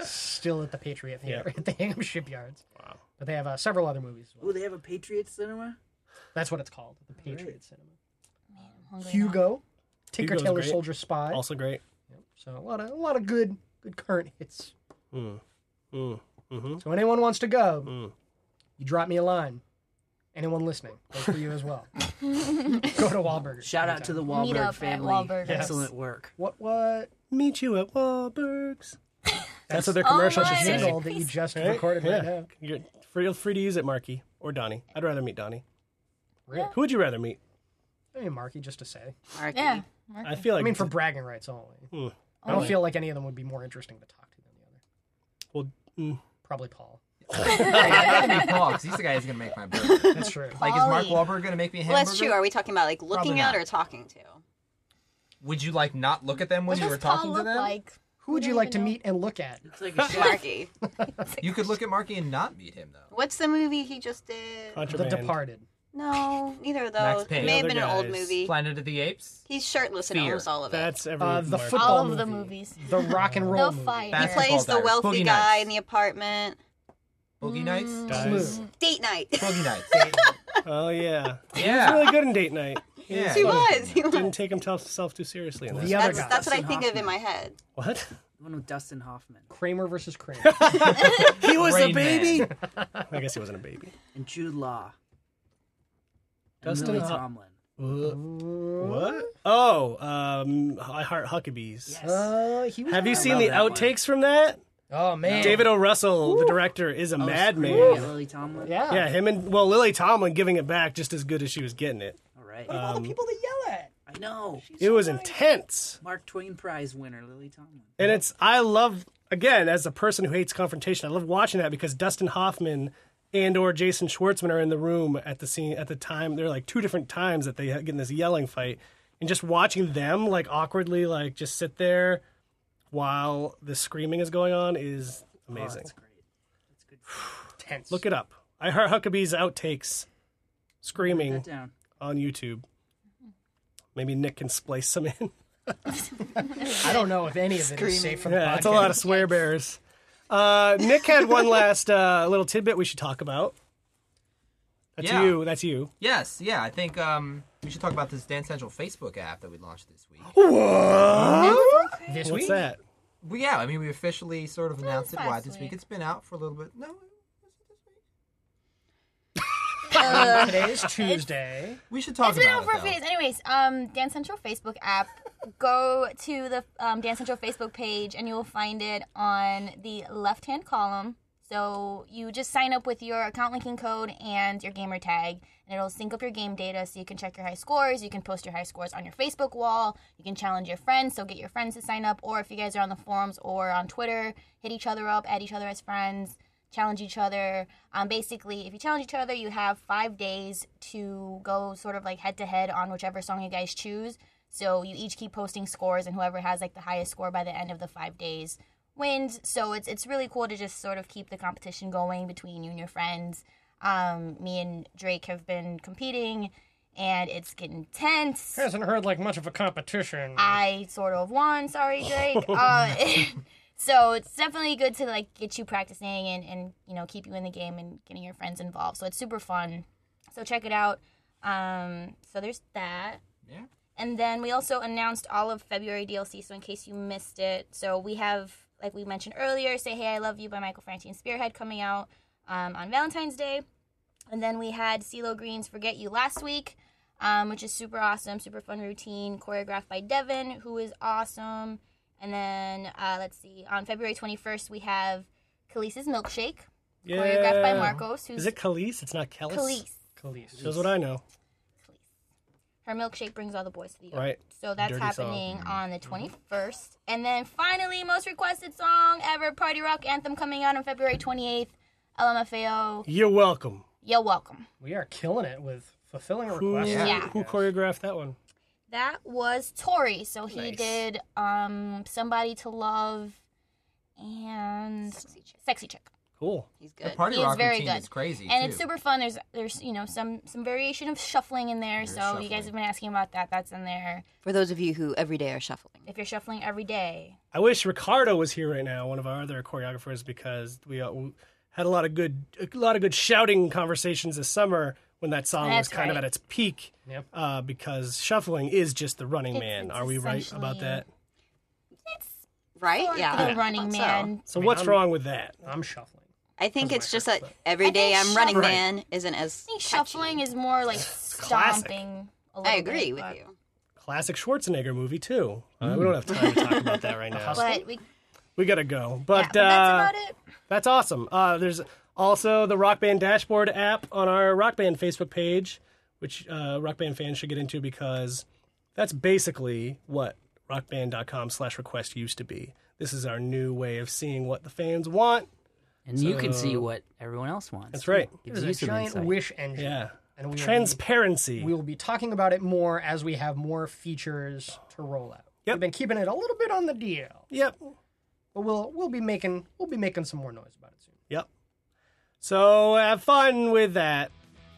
still at the Patriot Theater at the Hingham Shipyards. Wow. But they have uh, several other movies. As well. Oh, they have a Patriot cinema. That's what it's called, the Patriot Cinema. I'm hungry now. Hugo, Tinker Hugo's Tailor great. Soldier Spy. Also great. So a lot of a lot of good good current hits. Mm. So anyone wants to go, you drop me a line. Anyone listening, that's for you as well. go to Wahlburgers. Shout out to the Meet up Wahlberg at family. Wahlburgers. Excellent work. what what Meet you at Wahlberg's. That's what their Oh commercial my should say. single that you just Right? recorded right Yeah. now. You're free, free to use it, Marky or Donnie. I'd rather meet Donnie. Really? Who would you rather meet? Hey, Marky, just to say. Marky. Yeah. I feel like I mean, for bragging rights only. Mm. I don't feel like any of them would be more interesting to talk to than the other. well, mm, Probably Paul. I gotta be Paul because he's the guy who's gonna make my burger. That's true. Like, is Mark Paulie. Wahlberg gonna make me a hamburger? Well, that's true. Are we talking about like looking Probably at not. or talking to? Would you like not look at them when What you does were Paul talking to look them? like? Who would I you don't like even to know. meet and look at? It's like a Marky. You could look at Marky and not meet him though. What's the movie he just did? The contraband. Departed. No, neither of Max those. It Payne. may have Other been an old guys. movie. Planet of the Apes. He's shirtless and Fear. owns all of it. That's every Uh, the Marky. football All of the movie. movies. The rock and roll The movie. fire. he That's Basketball plays the Diaries. wealthy Boogie guy Nights. in the apartment. Boogie Mm. Nights. Guys. Clue. Date night. Boogie Nights. Oh yeah, Yeah. really good in date night. yeah. he was. He Didn't was. take himself too seriously in The this. other That's, guy. that's what I Dustin think of in Hoffman. my head. What? The one with Dustin Hoffman Kramer versus Kramer. He was Rain a baby. I guess he wasn't a baby. and Jude Law. And Dustin Lily Hoff- Tomlin. What? Oh, um, I Heart Huckabees. uh, he was Have you around. seen the that one. outtakes from that? Oh man, David O. Russell, the director, is a madman. Screaming at Oh, Lily Tomlin. Yeah. Yeah, him and well, Lily Tomlin giving it back just as good as she was getting it. All right. Uh, All the people to yell at. I know. It was intense, Mark Twain Prize winner Lily Tomlin. and it's I love again as a person who hates confrontation. I love watching that because Dustin Hoffman and or Jason Schwartzman are in the room at the scene at the time. They're like two different times that they get in this yelling fight, and just watching them like awkwardly like just sit there while the screaming is going on is amazing. Oh, Tense. Look it up. I heard Huckabee's outtakes Put screaming that down. on YouTube. Maybe Nick can splice some in. I don't know if any of it is safe for the Yeah, podcast. it's a lot of swear bears. Uh, Nick had one last uh, little tidbit we should talk about. That's Yeah. you. That's you. Yes, yeah. I think um, we should talk about this Dance Central Facebook app that we launched this week. Oh. this What's week. that? Well, yeah, I mean, we officially sort of announced it last wide this week. week. It's been out for a little bit. No, was it this week? Today is Tuesday. we should talk It's been about out for a it. few though. days. Anyways, um, Dance Central Facebook app. Go to the um, Dance Central Facebook page, and you will find it on the left-hand column. So you just sign up with your account linking code and your gamer tag, and it'll sync up your game data, so you can check your high scores. You can post your high scores on your Facebook wall. You can challenge your friends, so get your friends to sign up. Or if you guys are on the forums or on Twitter, hit each other up, add each other as friends challenge each other. Um, basically, if you challenge each other, you have five days to go sort of like head to head on whichever song you guys choose. So you each keep posting scores, and whoever has like the highest score by the end of the five days wins. So it's it's really cool to just sort of keep the competition going between you and your friends. Um, me and Drake have been competing, and it's getting tense. Hasn't heard like much of a competition. I sort of won. Sorry, Drake. Uh, so it's definitely good to like get you practicing and, and you know keep you in the game and getting your friends involved. So it's super fun. So check it out. Um, so there's that. Yeah. And then we also announced all of February DLC. So in case you missed it, so we have like we mentioned earlier, "Say Hey I Love You" by Michael Franti and Spearhead coming out um, on Valentine's Day, and then we had CeeLo Green's "Forget You" last week, um, which is super awesome, super fun routine choreographed by Devin, who is awesome. And then uh, let's see, on February 21st we have Khalees's Milkshake choreographed by Yeah. Marcos, who's Is it Khalees? It's not Kellis. Khalees. Khalees. That's what I know. Her milkshake brings all the boys to the yard. Right. So that's Dirty Mm-hmm. happening on the 21st. And then finally, most requested song ever Party Rock Anthem coming out on February 28th. LMFAO, You're welcome. you're welcome. We are killing it with fulfilling a Who, request. Yeah. who choreographed that one? That was Tori. So he Nice. did um, Somebody to Love and Sexy Chick. Cool. He's The good. party He is rock very routine good. is crazy. And too. it's super fun. There's there's you know some some variation of shuffling in there. so you guys shuffling. have been asking about that. That's in there. For those of you who every day are shuffling. If you're shuffling every day, I wish Ricardo was here right now, one of our other choreographers, because we uh, we had a lot of good, a lot of good shouting conversations this summer when that song was That's kind of right. at its peak. Yep. Uh, because shuffling is just the Running It's- Man. it's Are we right about essentially- that? it's right? Or Yeah. The I running thought so. man. So what's I'm- wrong with that? I'm shuffling. I think That's it's my just that first every think day I'm running shuffling- man isn't as. I think catchy. shuffling is more like classic. stomping. A little I agree bit, with but- you. Classic Schwarzenegger movie too. Uh, we don't have time to talk about that right now. But we, we gotta go. yeah, But, but that's uh, about it. That's awesome. Uh, there's also the Rock Band Dashboard app on our Rock Band Facebook page, which uh, Rock Band fans should get into because that's basically what rockband.com slash request used to be. This is our new way of seeing what the fans want. And you can see what everyone else wants. That's right. Gives There's a you some giant insight. wish engine. Yeah. And we Transparency. We will be talking about it more as we have more features to roll out. Yep. We've been keeping it a little bit on the DL, Yep. but we'll we'll be making we'll be making some more noise about it soon. Yep. So have fun with that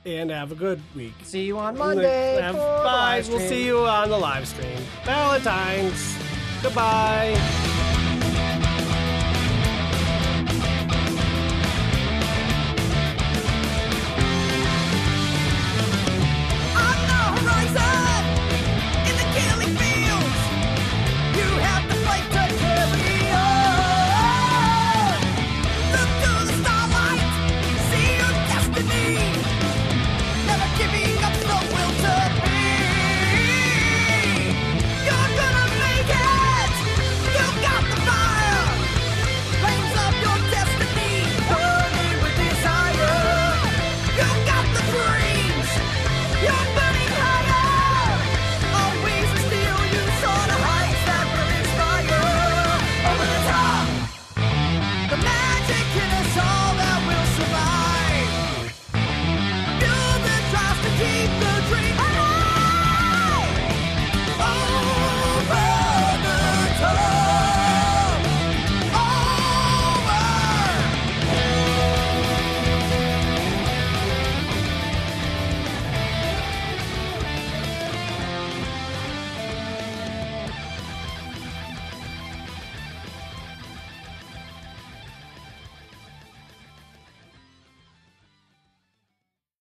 and have a good week. See you on Monday. Have- for the live Bye. We'll stream. see you on the live stream. Valentine's. Goodbye.